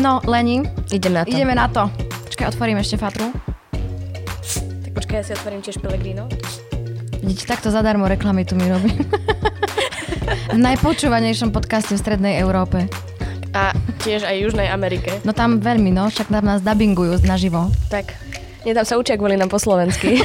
No, Leni, Idem na to. ideme na to. Počkaj, otvorím ešte fatru. Tak počkaj, ja si otvorím tiež Pellegrino. Vidíte, takto zadarmo reklamy tu mi robí. v najpočúvanejšom podcaste v Strednej Európe. A tiež aj Južnej Amerike. No tam veľmi, no, však tam nás dubbingujú naživo. Tak. Nedám sa učiak, boli nám po slovensky.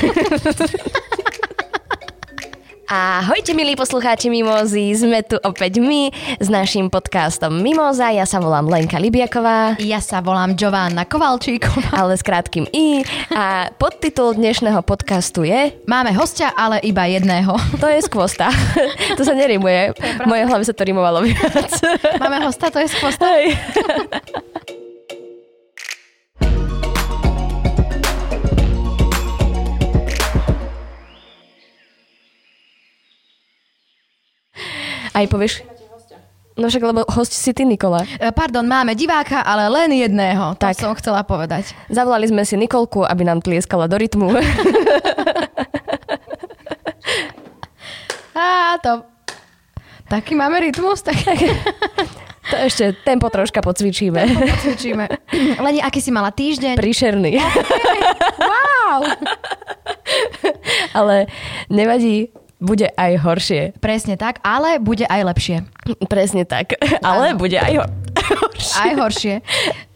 Ahojte milí poslucháči Mimozy, sme tu opäť my s našim podcastom Mimoza. Ja sa volám Lenka Libiaková, Ja sa volám Giovanna Kovalčíková. ale s krátkým i. A podtitul dnešného podcastu je Máme hostia, ale iba jedného. To je skvosta. to sa nerimuje. V mojej hlave sa to rimovalo viac. Máme hosta, to je skvost. Hej. Aj povieš... No však, lebo host si ty, Nikola. E, Pardon, máme diváka, ale len jedného. Tak Tak. som chcela povedať. Zavolali sme si Nikolku, aby nám tlieskala do rytmu. Á, to... Taký máme rytmus, tak To ešte tempo troška pocvičíme. cvičíme. Leni, aký si mala týždeň? Príšerný. Wow! Ale nevadí, bude aj horšie. Presne tak, ale bude aj lepšie. Presne tak. Ale bude aj ho- horšie. Aj horšie.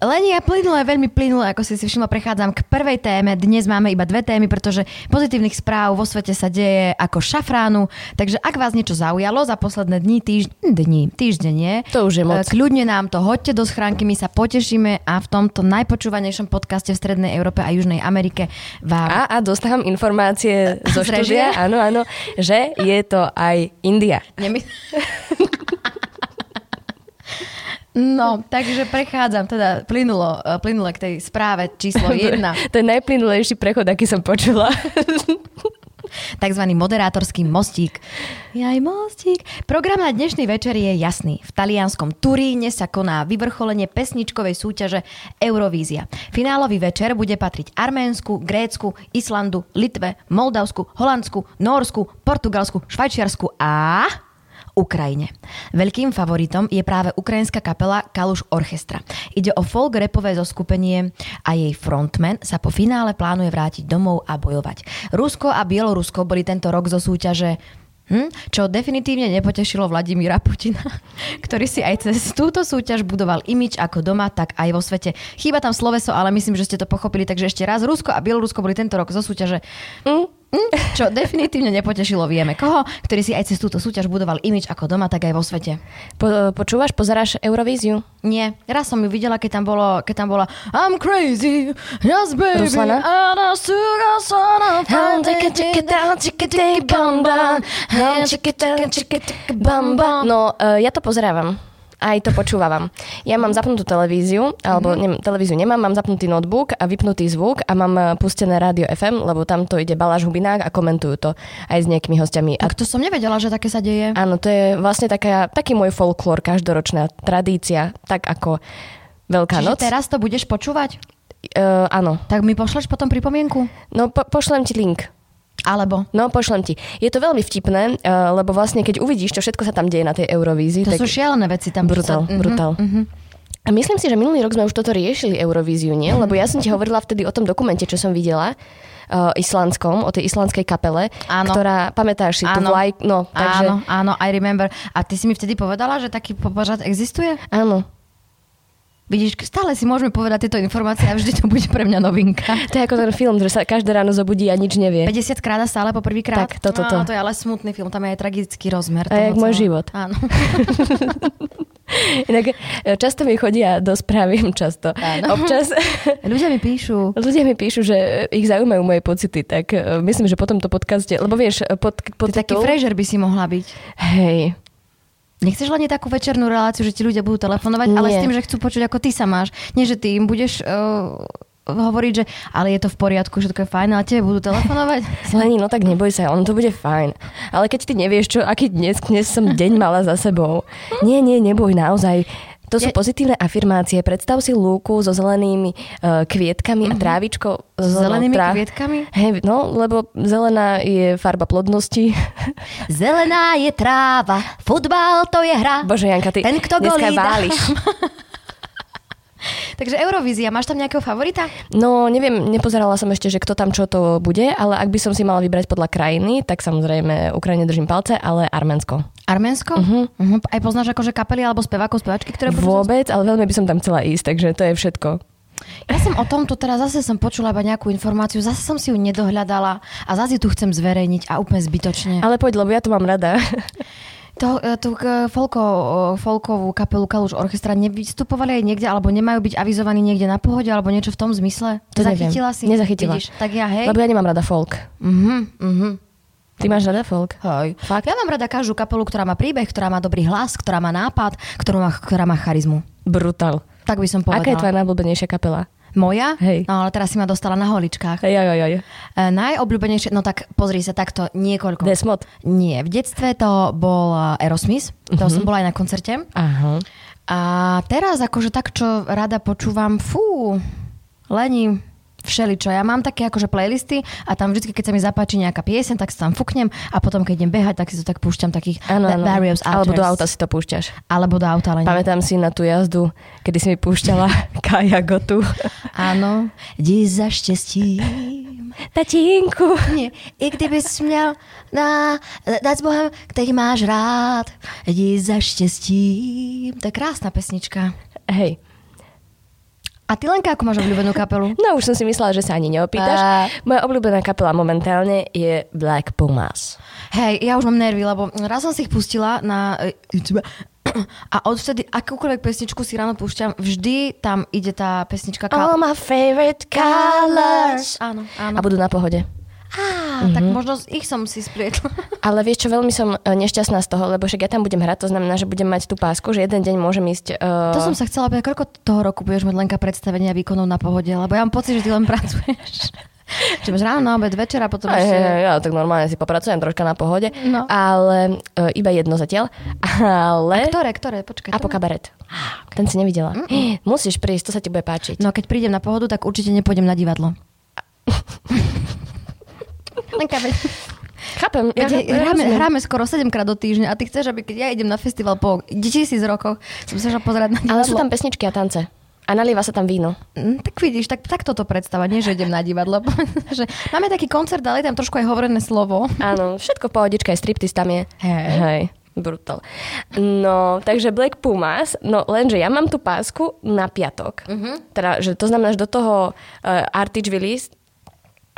Leni, ja plynule, veľmi plynule, ako si si všimla, prechádzam k prvej téme. Dnes máme iba dve témy, pretože pozitívnych správ vo svete sa deje ako šafránu. Takže ak vás niečo zaujalo za posledné dni, týžd- dni, týždenie, eh, To už je moc. kľudne nám to hoďte do schránky, my sa potešíme a v tomto najpočúvanejšom podcaste v Strednej Európe a Južnej Amerike vám... A, a dostávam informácie zo Z režie? štúdia, áno, áno, že je to aj India. Nemy... No, takže prechádzam teda plynulo, eh, plynule k tej správe číslo jedna. To je najplynulejší prechod, aký som počula. tzv. moderátorský mostík. Jaj, mostík. Program na dnešný večer je jasný. V talianskom Turíne sa koná vyvrcholenie pesničkovej súťaže Eurovízia. Finálový večer bude patriť Arménsku, Grécku, Islandu, Litve, Moldavsku, Holandsku, Norsku, Portugalsku, Švajčiarsku a... Ukrajine. Veľkým favoritom je práve ukrajinská kapela Kaluš Orchestra. Ide o folk repové zoskupenie a jej frontman sa po finále plánuje vrátiť domov a bojovať. Rusko a Bielorusko boli tento rok zo súťaže Hm? Čo definitívne nepotešilo Vladimíra Putina, ktorý si aj cez túto súťaž budoval imič ako doma, tak aj vo svete. Chýba tam sloveso, ale myslím, že ste to pochopili, takže ešte raz Rusko a Bielorusko boli tento rok zo súťaže Mm, Čo definitívne nepotešilo vieme koho, ktorý si aj cez túto súťaž budoval imič ako doma, tak aj vo svete. Po, počúvaš, pozeráš Eurovíziu? Nie, raz som ju videla, keď tam, bolo, keď tam bola I'm crazy, yes baby, Ruslana? I just took a son of a baby. No, eh, ja to pozerávam. Aj to počúvam. Ja mám zapnutú televíziu, alebo nem, televíziu nemám, mám zapnutý notebook a vypnutý zvuk a mám eh, pustené rádio FM, lebo tam to ide Baláš Hubinák a komentujú to aj s nejakými hostiami. A Tak to som nevedela, že také sa deje. Áno, to je vlastne taká, taký môj folklór, každoročná tradícia, tak ako Veľká Čiže noc. teraz to budeš počúvať? E, áno. Tak mi pošleš potom pripomienku? No po, pošlem ti link. Alebo? No, pošlem ti. Je to veľmi vtipné, e, lebo vlastne keď uvidíš, čo všetko sa tam deje na tej Eurovízii, To sú tak... šialené veci tam. čo sa- Brutál, Mhm, brutál. mhm. A myslím si, že minulý rok sme už toto riešili Eurovíziu, nie? Mhm. Lebo ja som ti hovorila vtedy o tom dokumente, čo som videla, uh, islandskom, o tej islandskej kapele, Áno. ktorá, pamätáš si, tú Áno. vlajku, no, takže... Áno, áno, I remember. A ty si mi vtedy povedala, že taký po- pořad existuje? áno. Vidíš, stále si môžeme povedať tieto informácie a vždy to bude pre mňa novinka. To je ako ten film, že sa každé ráno zobudí a nič nevie. 50 krát a stále po prvýkrát. Tak, toto, to. Á, No, to je ale smutný film, tam je aj tragický rozmer. A toho jak môj celého. život. Áno. Inak e, často mi chodia do správy, často. Áno. Občas Ľudia mi píšu. ľudia mi píšu, že e, ich zaujímajú moje pocity, tak e, myslím, že po tomto podcaste, lebo vieš, e, pod, pod Ty taký Fraser by si mohla byť. Hej, Nechceš len takú večernú reláciu, že ti ľudia budú telefonovať, ale Nie. s tým, že chcú počuť, ako ty sa máš. Nie, že ty im budeš uh, hovoriť, že ale je to v poriadku, všetko je fajn, ale tebe budú telefonovať. Leni, no tak neboj sa, ono to bude fajn. Ale keď ty nevieš, čo, aký dnes, dnes som deň mala za sebou. Nie, nie, neboj, naozaj. To sú Ja- pozitívne afirmácie. Predstav si lúku so zelenými eh, kvietkami a trávičkou. So Mhm. zelenou zelenými kvietkami? Hej, no, lebo zelená je farba plodnosti. Zelená je tráva, futbal to je hra. Bože, Janka, ty Ten, kto dneska golí, dá. váliš. Takže Eurovízia, máš tam nejakého favorita? No neviem, nepozerala som ešte, že kto tam čo to bude, ale ak by som si mala vybrať podľa krajiny, tak samozrejme Ukrajine držím palce, ale Arménsko. Arménsko? Uh-huh. Uh-huh. Aj poznáš akože kapely alebo spevákov, speváčky, ktoré budú Vôbec, ale veľmi by som tam chcela ísť, takže to je všetko. Ja som o tomto teraz zase som počula iba nejakú informáciu, zase som si ju nedohľadala a zase ju tu chcem zverejniť a úplne zbytočne. Ale poď, lebo ja to mám rada. To, e, tú e, folko, e, folkovú kapelu Kaluž Orchestra nevystupovali aj niekde, alebo nemajú byť avizovaní niekde na pohode, alebo niečo v tom zmysle? To neviem. Zachytila si? Nezachytila. Vidíš, tak ja hej. Lebo ja nemám rada folk. Mhm, mhm. Ty máš rada folk? Hej. Fakt? Ja mám rada každú kapelu, ktorá má príbeh, ktorá má dobrý hlas, ktorá má nápad, ktorú má, ktorá má charizmu. Brutál. Tak by som povedala. Aká je tvoja najblbenejšia kapela? Moja? Hej. No ale teraz si ma dostala na holičkách. Hej, aj, aj, aj. E, najobľúbenejšie, no tak pozri sa takto, niekoľko. Desmod. Nie, v detstve to bol eh, Aerosmith, to som bola aj na koncerte. Aha. A teraz akože tak, čo rada počúvam, fú, lení všeličo. Ja mám také akože playlisty a tam vždy, keď sa mi zapáči nejaká piesen, tak sa tam fúknem a potom, keď idem behať, tak si to tak púšťam takých Áno, ba- áno. Barrios Alebo do Outers. auta si to púšťaš. Alebo do auta, ale nie. Pamätám si na tú jazdu, kedy si mi púšťala Kaja Gotu. Áno. Jdi za štěstím. Tatínku. Mě, I kdybys měl na, dát s Bohem, který máš rád. Jdi za štěstím. To je krásna pesnička. Hej. A ty Lenka, ako máš obľúbenú kapelu? No už som si myslela, že sa ani neopýtaš. A- Moja obľúbená kapela momentálne je Black Pumas. Hej, ja už mám nervy, lebo raz som si ich pustila na e, YouTube a odvtedy akúkoľvek pesničku si ráno púšťam, vždy tam ide tá pesnička Kal- Oh my favorite Áno, áno. A Mhm. budú na pohode. Á, tak možno z- ich som si splietla. Ale vieš čo, veľmi som e, nešťastná z toho, lebo však ja tam budem hrať, to znamená, že budem mať tú pásku, že jeden deň môžem ísť... Uh, To som sa chcela opýtať, koľko toho roku budeš mať Lenka predstavenia výkonov na pohode, lebo ja mám pocit, že ty len pracuješ. Čiže máš ráno, na obed, večera, potom Aj, aj, ešte... aj, ja tak normálne si popracujem troška na pohode, No. ale e, iba jedno zatiaľ. Ale... Ktoré, ktoré, počkaj. to- Apo Ah, kabaret. Ten si nevidela. Musíš prísť, to sa ti bude páčiť. No keď prídem na pohodu, tak určite nepôjdem na divadlo. Lenka, veď... Chápem. Ja, ja hráme, rozumiem. hráme skoro 7 krát do týždňa a ty chceš, aby keď ja idem na festival po 10 rokoch, som sa šla pozerať na divadlo. Ale sú tam pesničky a tance. A nalieva sa tam víno. Mm, Tak vidíš, tak, tak toto predstava, nie že idem na divadlo. že máme taký koncert, ale je tam trošku aj hovorené slovo. Áno, všetko v pohodičke, aj striptease tam je. Hej. Hej. Brutal. No, takže Black Pumas, no lenže ja mám tú pásku na piatok. Mhm. Teda, že to znamená, že do toho uh, Artich Village,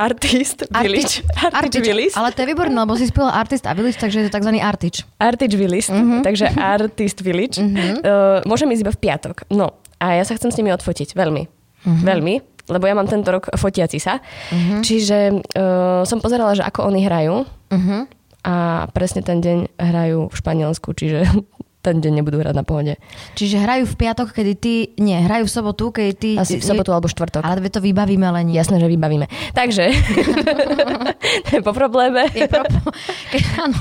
Artist Village, Artich Village, Ale to je výborné, lebo si spojil artist a village, takže je to tzv. artič. Artist Village, Mhm. takže Artist Village, uh, môžem ísť iba v piatok. No a ja sa chcem s nimi odfotiť, veľmi, Mhm. veľmi, lebo ja mám tento rok fotiaci sa. Čiže uh, som pozerala, že ako oni hrajú Uh-huh. a presne ten deň hrajú v Španielsku, čiže ten deň nebudú hrať na pohode. Čiže hrajú v piatok, kedy ty... Nie, hrajú v sobotu, kedy ty... Asi v sobotu alebo štvrtok. Ale to vybavíme len nie. Jasné, že vybavíme. Takže, to je po probléme. Je propo- Ke- áno.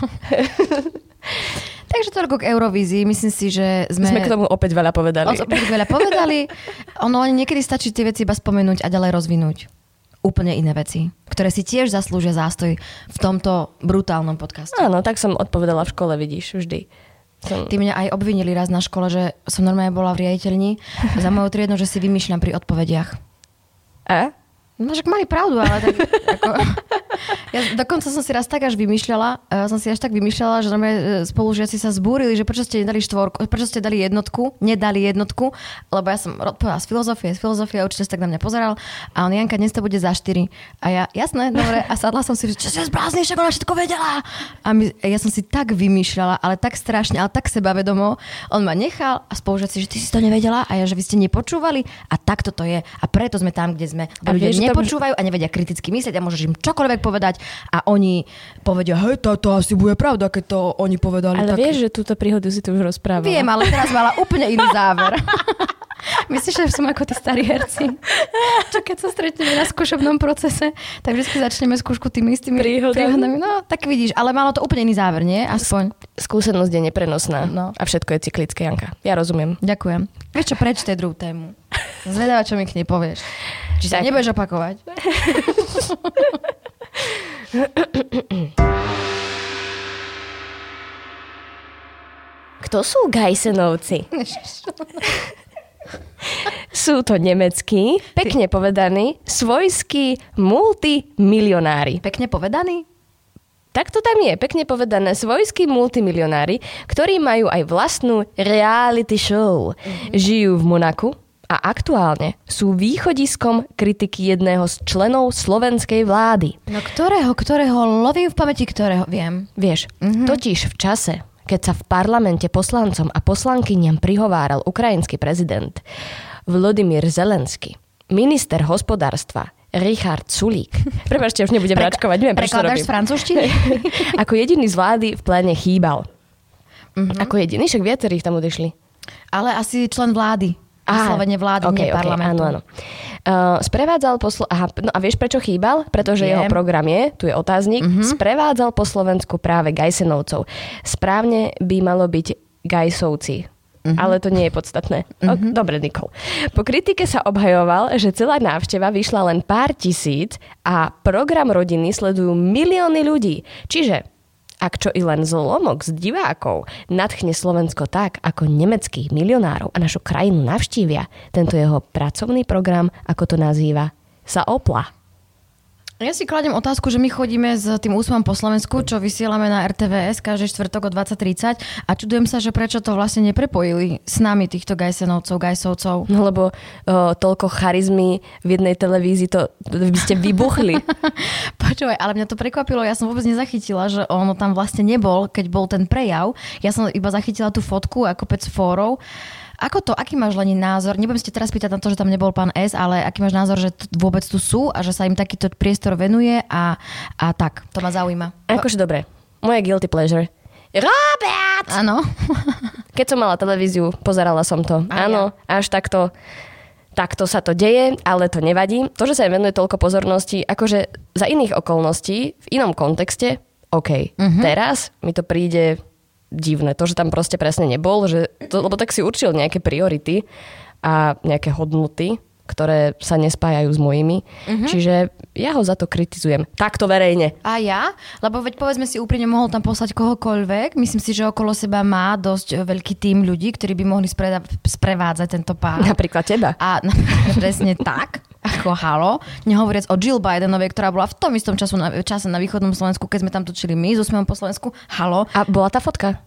Takže toľko k Eurovízii. Myslím si, že sme... Sme k tomu opäť veľa povedali. o tom opäť veľa povedali. Ono ani niekedy stačí tie veci iba spomenúť a ďalej rozvinúť. Úplne iné veci, ktoré si tiež zaslúžia zástoj v tomto brutálnom podcaste. Áno, tak som odpovedala v škole, vidíš, vždy. Som... Ty mňa aj obvinili raz na škole, že som normálne bola v riaditeľni za mojou triednou, že si vymýšľam pri odpovediach. A? No však mali pravdu, ale tak ako... Ja dokonca som si raz tak až vymýšľala, uh, som si až tak vymýšľala, že normálne eh, spolužiaci sa zbúrili, že prečo ste nedali štvorku, prečo ste dali jednotku, nedali jednotku, lebo ja som odpovedala z filozofie, z filozofie, určite sa tak na mňa pozeral a on Janka, dnes to bude za 4. A ja, jasné, dobre, a sadla som si, že čo si zblázni, však ona všetko vedela. A my, ja som si tak vymýšľala, ale tak strašne, ale tak sebavedomo, on ma nechal a spolužiaci, že ty si to nevedela a ja, že vy ste nepočúvali a takto to je a preto sme tam, kde sme. A A ľudia vieš, že to- nepočú počúvajú a nevedia kriticky myslieť a môžeš im čokoľvek povedať a oni povedia, hej, tá, to asi bude pravda, keď to oni povedali. tak... Ale vieš, že túto príhodu si tu už rozprávala. Viem, ale teraz mala úplne iný záver. Myslíš, že som ako tí starí herci? Čo keď sa stretneme na skúšobnom procese, tak vždy začneme skúšku tými istými Príhodami. príhodami. No, tak vidíš, ale malo to úplne iný záver, nie? Aspoň. Skúsenosť je neprenosná No. a všetko je cyklické, Janka. Ja rozumiem. Ďakujem. Vieš čo, preč tej druhú tému? Zvedavá, čo mi k nej povieš. Či sa Tak. nebudeš opakovať? Kto sú Gajsenovci? Sú to nemeckí, pekne povedaní, svojskí multimilionári. Pekne povedaný? Tak to tam je, pekne povedané, svojskí multimilionári, ktorí majú aj vlastnú reality show. Žijú v Monaku a aktuálne sú východiskom kritiky jedného z členov slovenskej vlády. No ktorého, ktorého, lovím v pamäti, ktorého viem. Vieš, Mhm. mm-hmm. totiž v čase, keď sa v parlamente poslancom a poslankyniam prihováral ukrajinský prezident Vladimír Zelensky, minister hospodárstva Richard Sulík. Prepačte, už nebudem Prek- račkovať, neviem, prečo to Prekladáš robím. z francúzštiny? Ako jediný z vlády v pléne chýbal. Mhm. Ako jediný, však viacerí tam odišli. Ale asi člen vlády. Á, Vyslovene vlády, okej, okay, nie okej, parlamentu. Áno, áno. Uh, sprevádzal po Slo- Aha, no a vieš prečo chýbal? Pretože Viem. jeho program je, tu je otáznik, sprevádzal po Slovensku práve Gajsenovcov. Správne by malo byť Gajsovci. Ale to nie je podstatné. O, dobre, Nikol. Po kritike sa obhajoval, že celá návšteva vyšla len pár tisíc a program rodiny sledujú milióny ľudí. Čiže ak čo i len zlomok z divákov nadchne Slovensko tak, ako nemeckých milionárov a našu krajinu navštívia, tento jeho pracovný program, ako to nazýva, sa opla. Ja si kladem otázku, že my chodíme s tým úsmevom po Slovensku, čo vysielame na RTVS každý štvrtok o 20.30 a čudujem sa, že prečo to vlastne neprepojili s nami týchto gajsenovcov, gajsovcov. No lebo o, toľko charizmy v jednej televízii, to, to by ste vybuchli. Počúvaj, ale mňa to prekvapilo, ja som vôbec nezachytila, že ono tam vlastne nebol, keď bol ten prejav. Ja som iba zachytila tú fotku ako pec fórov. Ako to, aký máš len názor? Nebudem ste teraz pýtať na to, že tam nebol pán S, ale aký máš názor, že t- vôbec tu sú a že sa im takýto priestor venuje a, a tak, to ma zaujíma. Akože dobre, moje guilty pleasure. Robert! Áno. Keď som mala televíziu, pozerala som to. Aj ja. Áno, až takto, takto sa to deje, ale to nevadí. To, že sa im venuje toľko pozornosti, akože za iných okolností, v inom kontexte, OK. Teraz mi to príde divné. To, že tam proste presne nebol, že to, lebo tak si určil nejaké priority a nejaké hodnoty, ktoré sa nespájajú s mojimi. Čiže ja ho za to kritizujem. Takto verejne. A ja? Lebo veď povedzme si úprimne, mohol tam poslať kohokoľvek. Myslím si, že okolo seba má dosť e, veľký tým ľudí, ktorí by mohli spreda- sprevádzať tento pár. Napríklad teba. A no, presne tak, ako halo. Nehovoriac o Jill Bidenovej, ktorá bola v tom istom času na, čase na východnom Slovensku, keď sme tam točili my s úsmevom po Slovensku. Halo. A bola tá fotka?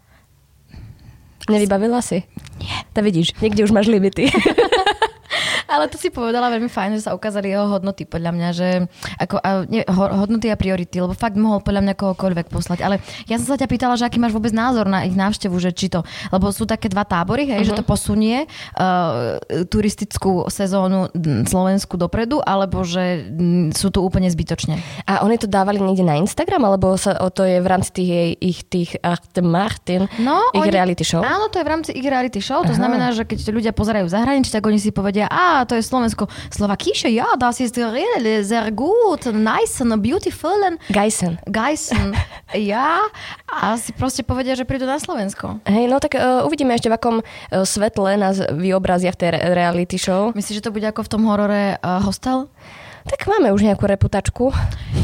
Nevybavila si? Nie. To vidíš, niekde už máš limity. Ale to si povedala veľmi fajn, že sa ukázali jeho hodnoty, podľa mňa, že ako, a, nie, ho, hodnoty a priority, lebo fakt mohol podľa mňa kohokoľvek poslať. Ale ja som sa ťa pýtala, že aký máš vôbec názor na ich návštevu, že či to, lebo sú také dva tábory, hej, uh-huh. že to posunie uh, turistickú sezónu mm, Slovensku dopredu, alebo že mm, sú tu úplne zbytočne. A oni to dávali niekde na Instagram, alebo sa, o to je v rámci tých, jej- ich tých Art Martin, ich reality show? No, Áno, to je v rámci ich reality show. To znamená, že keď ľudia pozerajú v zahraničí, tak oni si povedia, a to je Slovensko. Slovakíše, ja, das ist really sehr gut, nice and beautiful and Geisen. Geisen, ja. A si proste povedia, že prídu na Slovensko. Hej, no tak uh, uvidíme ešte v akom uh, svetle nás vyobrazia v tej re- reality show. Myslíš, že to bude ako v tom horore uh, Hostel? Tak máme už nejakú reputačku.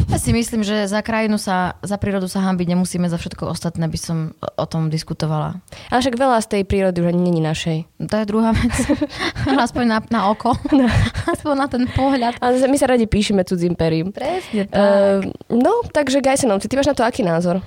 Ja si myslím, že za krajinu sa, za prírodu sa hambiť nemusíme, za všetko ostatné by som eh, o tom diskutovala. Ale však veľa z tej prírody už ani není našej. To je druhá vec. Aspoň na, na oko. No. Aspoň na ten pohľad. Eh, Ale my sa radi píšeme cudzím perím. Presne Uh, no, takže Gajsenovci, ty máš na to aký názor?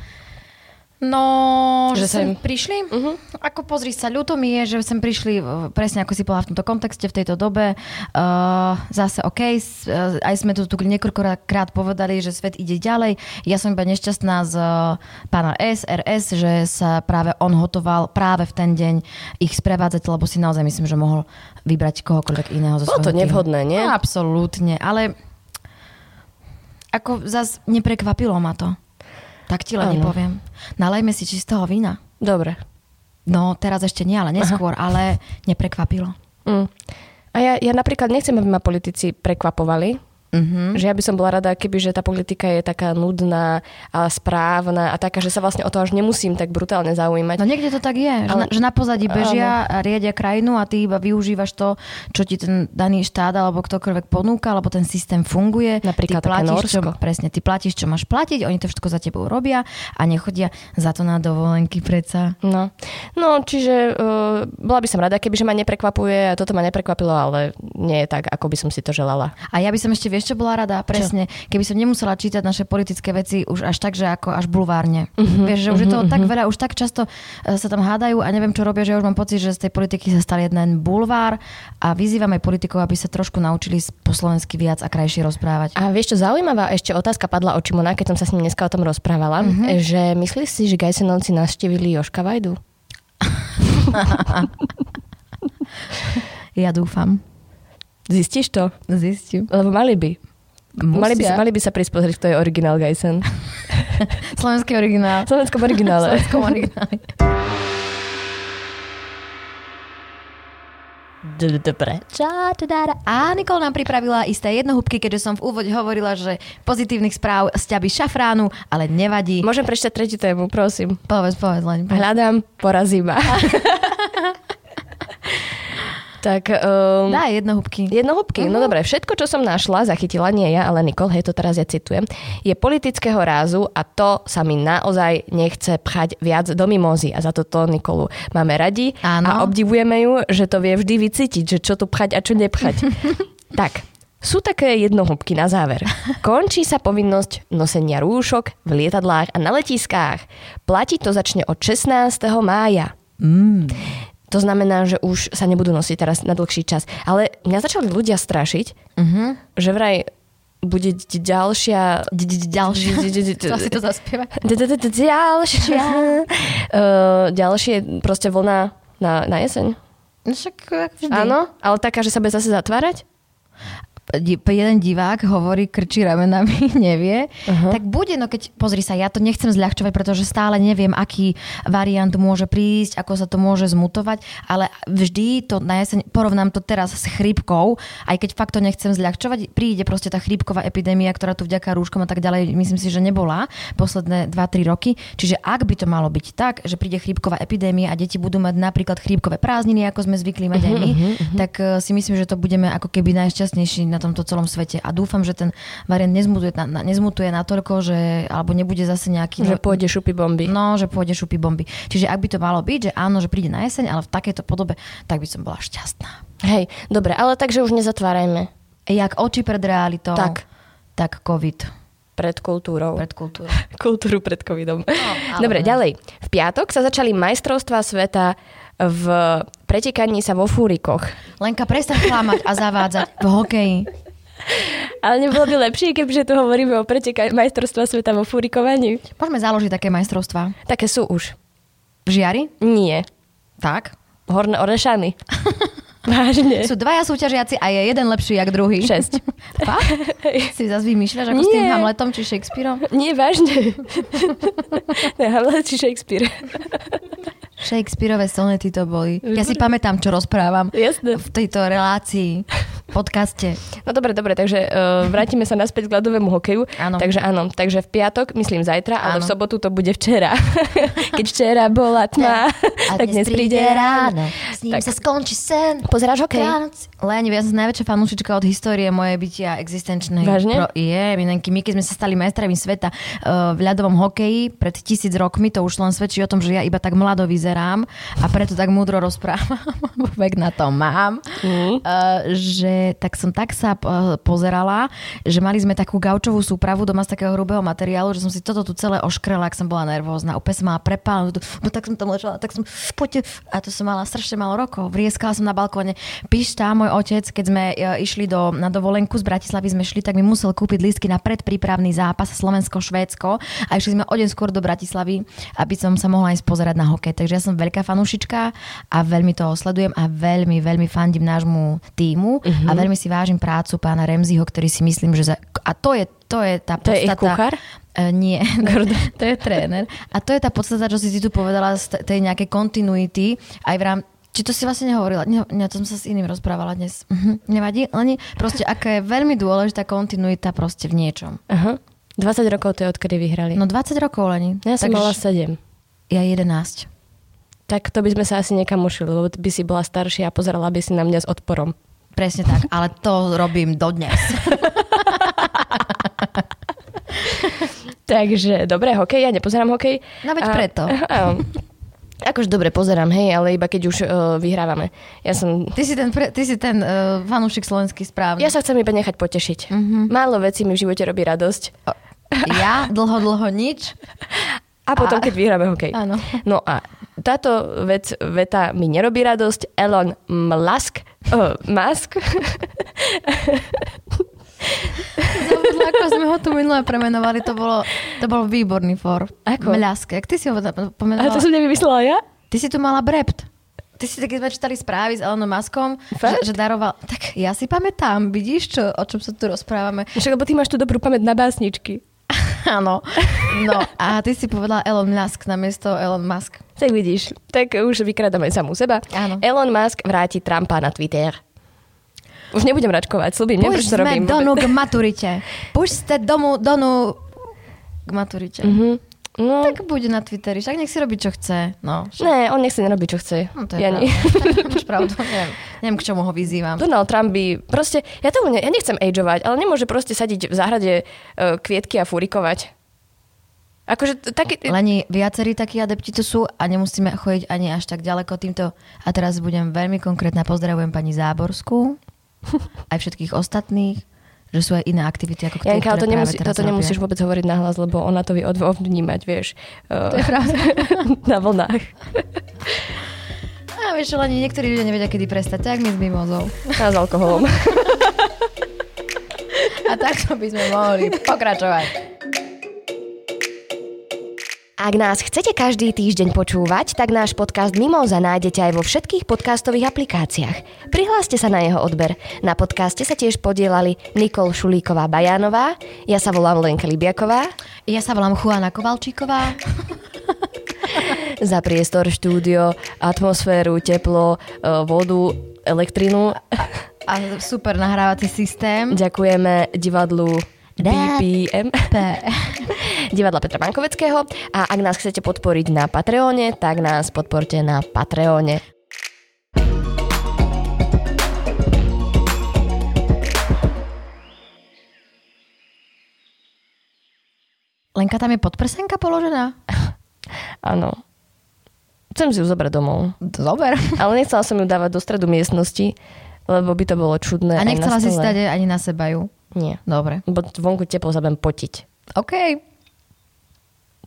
No, že, Že Mhm. že sem sem- prišli? Uh-huh. Ako pozri sa, ľúto mi je, že sem prišli, e, presne ako si povedala v tomto kontexte, v tejto dobe. Uh, zase OK, s- e, aj sme tu, tu niekoľkokrát povedali, že svet ide ďalej. Ja som iba nešťastná z e, pána S, RS, že sa práve on hotoval práve v ten deň ich sprevádzať, lebo si naozaj myslím, že mohol vybrať kohokoľvek iného zo Bolo svojho to týmu. nevhodné, nie? No, absolútne, ale ako zas neprekvapilo ma to. Tak ti len Áno. nepoviem. Nalejme si čistého vína. Dobre. No, teraz ešte nie, ale neskôr, Aha. ale neprekvapilo. Mm. A ja, ja napríklad nechcem, aby ma politici prekvapovali. Mm-hmm. Že ja by som bola rada, keby že tá politika je taká nudná a správna a taká, že sa vlastne o to až nemusím tak brutálne zaujímať. No niekde to tak je, že, na, Ale- že na pozadí bežia a riedia krajinu a ty iba využívaš to, čo ti ten daný štát alebo ktokoľvek ponúka, alebo ten systém funguje. Napríklad ty také platíš, čo, Nórsko. presne, ty platíš, čo máš platiť, oni to všetko za tebou robia a nechodia za to na dovolenky preca. No. no, čiže uh, bola by som rada, kebyže ma neprekvapuje a toto ma neprekvapilo, ale nie je tak, ako by som si to želala. A ja by som ešte, vieš čo bola rada? Presne, čo? keby som nemusela čítať naše politické veci už až tak, že ako až bulvárne. Mhm, Uh-huh, vieš, že už je toho tak veľa, už tak často eh, sa tam hádajú a neviem, čo robia, že ja už mám pocit, že z tej politiky sa stal jeden bulvár a vyzývame politikov, aby sa trošku naučili s- po slovensky viac a krajšie rozprávať. A vieš čo, zaujímavá ešte otázka padla od Čimona, keď som sa s ním dneska o tom rozprávala, mm-hmm. že myslíš si, že Gajsenovci navštívili Joška Vajdu? Ja dúfam. Zistíš to? Zistím. Lebo mali by. Mali by, Musia. mali by sa prispozrieť, kto je originál Gajsen. Slovenský originál. V slovenskom originále. Slovenskom origináli. Dobre. Ča, ča, dá, dá. A Nikol nám pripravila isté jednohúbky, keďže som v úvode hovorila, že pozitívnych správ z ťaby šafránu, ale nevadí. Môžem prečítať tretiu tému, prosím. Povedz, povedz len. povedz. Hľadám, porazí ma. tak, um, Daj jednohúbky. Jednohúbky. No dobre, všetko, čo som našla, zachytila nie ja, ale Nikol, hej, to teraz ja citujem, je politického rázu a to sa mi naozaj nechce pchať viac do mimózy. A za toto Nikolu máme radi Áno. a obdivujeme ju, že to vie vždy vycítiť, že čo tu pchať a čo nepchať. tak, sú také jednohúbky na záver. Končí sa povinnosť nosenia rúšok v lietadlách a na letiskách. Platiť to začne od 16. mája. To znamená, že už sa nebudú nosiť teraz na dlhší čas. Ale mňa začali ľudia strašiť, Mhm. uh-huh. že vraj bude d- ďalšia... D- d- d- Ďalšie. d- d- d- d- To asi to zaspieva. d- d- d- d- Ďalšia... Eh, Ďalšie proste vlna na, na jeseň. No však ako vždy. Áno, ale taká, že sa bude zase zatvárať? Di- Jeden divák hovorí, krčí ramenami, nevie. Uh-huh. Tak bude, no keď, pozri sa, ja to nechcem zľahčovať, pretože stále neviem, aký variant môže prísť, ako sa to môže zmutovať, ale vždy to na jeseň, porovnám to teraz s chrípkou, aj keď fakt to nechcem zľahčovať, príde proste tá chrípková epidémia, ktorá tu vďaka rúškom a tak ďalej, myslím si, že nebola posledné 2-3 roky. Čiže ak by to malo byť tak, že príde chrípková epidémia a deti budú mať napríklad chrípkové prázdniny, ako sme zvykli mať aj my, Mhm, tak eh, si myslím, že to budeme ako keby najšťastnejší na tomto celom svete. A dúfam, že ten variant nezmutuje, na, na, nezmutuje natoľko, že alebo nebude zase nejaký... Že pôjde šupy bomby. No, že pôjde šupy bomby. Čiže ak by to malo byť, že áno, že príde na jeseň, ale v takejto podobe, tak by som bola šťastná. Hej, dobre, ale takže už nezatvárajme Jak oči pred realitou, Tak. tak COVID pred kultúrou. pred kultúrou. kultúru pred covidom. ale- Dobre, ďalej. V piatok sa začali majstrovstvá sveta v pretekaní sa vo fúrikoch. Lenka, prestan klamať a zavádzať v hokeji. Ale nebolo by lepšie, kebyže tu hovoríme o preteka- majstrovstva sveta vo fúrikovaní? Môžeme založiť také majstrovstvá. Také sú už. Žiari? Nie. Tak. Horné Orešany. Vážne. Sú dvaja súťažiaci a je jeden lepší jak druhý. Šesť. Fakt? Si zase vymýšľaš ako s tým Nie. Hamletom či Shakespeareom? Nie, vážne. ne, Hamlet či Shakespeare. Shakespeareové sonety to boli. Ja si pamätám, čo rozprávam Jasné. v tejto relácii, podcaste. No dobre, dobre, takže uh, vrátime sa naspäť k ľadovému hokeju. Áno. Takže áno, takže v piatok, myslím zajtra, ale Áno. v sobotu to bude včera. Keď včera bola tma, A tak dnes príde ráno. S ním Tak. sa skončí sen. Pozeráš hokej? Vianoc. Len ja som najväčšia fanúšička od histórie mojej bytia existenčnej. Vážne? je, milenky, my keď sme sa stali majstrami sveta uh, v ľadovom hokeji pred tisíc rokmi, to už len svedčí o tom, že ja iba tak mlado vyzerám a preto tak múdro rozprávam, lebo vek na to mám, mm. uh, že tak som tak sa uh, pozerala, že mali sme takú gaučovú súpravu doma z takého hrubého materiálu, že som si toto tu celé oškrela, ak som bola nervózna. Úplne som mala prepálenú, tu- no tak som tam ležala, tak som, poďte, a to som mala strašne malo rokov. Vrieskala som na balkóne. Pišta, môj otec, keď sme e, išli do, na dovolenku z Bratislavy, sme šli, tak mi musel kúpiť lístky na predprípravný zápas Slovensko-Švédsko a išli sme o deň skôr do Bratislavy, aby som sa mohla ísť pozerať na hokej. Takže ja som veľká fanúšička a veľmi to sledujem a veľmi, veľmi fandím nášmu týmu Mhm. uh-huh. a veľmi si vážim prácu pána Remziho, ktorý si myslím, že... Za... A to je, to je tá To je ich podstata... kuchár? E, nie, to je tréner. A to je tá podstata, čo si ty tu povedala z t- tej nejakej kontinuity, aj v rám Či to si vlastne nehovorila? Ne, ne to som sa s iným rozprávala dnes. Mhm. Nevadí? Len proste, aká je veľmi dôležitá kontinuita proste v niečom. Aha. 20 rokov to je odkedy vyhrali. No 20 rokov, Leni. ja som mala 7. Ja 11. Tak to by sme sa asi nekamošili, lebo by si bola staršia a pozerala by si na mňa s odporom. Presne tak, ale to robím dodnes. Takže, dobre, hokej, ja nepozerám hokej. No veď preto. A, akože dobre pozerám, hej, ale iba keď už uh, vyhrávame. Ja som... Ty si ten, pre, ty si ten uh, fanúšik slovenský správny. Ja sa chcem iba nechať potešiť. Mm-hmm. Málo vecí mi v živote robí radosť. ja dlho, dlho nič. A potom, keď vyhráme hokej. Áno. No a táto vec, veta mi nerobí radosť. Elon Musk, uh, Musk Zabudla, ako sme ho tu minule premenovali, to bolo, to bol výborný for. Ako? Mľask, jak ty si ho A pomenovala. to som nevymyslela ja? Ty si tu mala brept. Ty si také sme čítali správy s Elonom Maskom, Fakt? že, že daroval... Tak ja si pamätám, vidíš, čo, o čom sa tu rozprávame. Však, lebo ty máš tú dobrú pamäť na básničky. Áno. No a ty si povedala Elon Musk namiesto Elon Musk. Tak vidíš, tak už vykrádame samú seba. Áno. Elon Musk vráti Trumpa na Twitter. Už nebudem račkovať, slúbim, neviem, Púšť prečo to sme robím. Donu k maturite. Púšť ste domu Donu k maturite. Mhm. No, Tak tak... bude na Twitteri, však nech si robiť, čo chce. No, však- ne, on nech si nerobí, čo chce. no to je ja pravda. nie. Máš pravdu, neviem, neviem, k čomu ho vyzývam. Donald Trump by, proste, ja, to, ja nechcem ageovať, ale nemôže proste sadiť v záhrade e, kvietky a furikovať. Akože t- taký... Leni, viacerí takí adepti tu sú a nemusíme chodiť ani až tak ďaleko týmto. A teraz budem veľmi konkrétna. Pozdravujem pani Záborskú, aj všetkých ostatných, že sú aj iné aktivity ako tie, Janka, ale ktoré to, nemusí, práve teraz toto nemusíš vôbec hovoriť nahlas, lebo ona to vie od dvoch vnímať, vieš. To je pravda. na vlnách. robia. A vieš, Leni, niektorí ľudia nevedia, kedy prestať. Tak my s mimozou. A s alkoholom. A takto by sme mohli pokračovať. Ak nás chcete každý týždeň počúvať, tak náš podcast Mimoza nájdete aj vo všetkých podcastových aplikáciách. Prihláste sa na jeho odber. Na podcaste sa tiež podielali Nikol Šulíková-Bajánová, ja sa volám Lenka Libiaková, Ja sa volám Juana Kovalčíková. za priestor, štúdio, atmosféru, teplo, e, vodu, elektrinu. A super nahrávací systém. Ďakujeme divadlu Dá- BPM. divadla Petra Mankoveckého a ak nás chcete podporiť na Patreone, tak nás podporte na Patreone. Lenka, tam je podprsenka položená? Áno. Chcem si ju zobrať domov. Dober. Ale nechcela som ju dávať do stredu miestnosti, lebo by to bolo čudné. A aj na nechcela si stole. stať ani na seba ju. Nie. Dobre. Bo vonku teplo sa budem potiť. OK.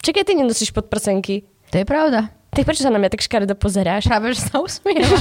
Čakaj, ty nenosíš podprsenky. To je pravda. Tak prečo sa na mňa tak škaredo pozeráš? Práve, že sa usmievam.